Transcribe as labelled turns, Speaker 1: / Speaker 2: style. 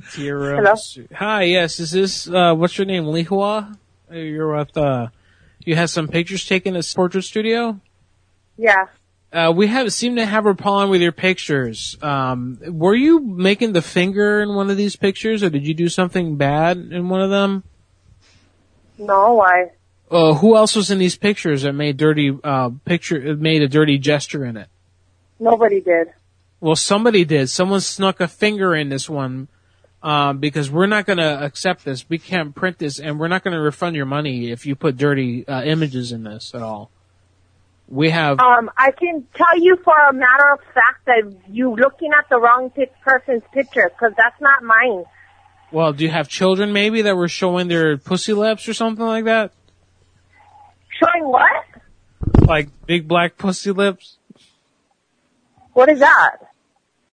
Speaker 1: Tiramisu. Hi, yes, is this uh, what's your name, Lihua? Uh, You're with uh, you had some pictures taken at Portrait Studio.
Speaker 2: Yeah.
Speaker 1: Uh, we have seem to have a problem with your pictures. Um, were you making the finger in one of these pictures, or did you do something bad in one of them?
Speaker 2: No, why?
Speaker 1: Uh, who else was in these pictures that made dirty uh, picture made a dirty gesture in it?
Speaker 2: Nobody did.
Speaker 1: Well, somebody did. Someone snuck a finger in this one um, because we're not going to accept this. We can't print this, and we're not going to refund your money if you put dirty uh, images in this at all. We have.
Speaker 2: Um, I can tell you for a matter of fact that you looking at the wrong pic- person's picture because that's not mine.
Speaker 1: Well, do you have children maybe that were showing their pussy lips or something like that?
Speaker 2: Showing what?
Speaker 1: Like big black pussy lips?
Speaker 2: What is that?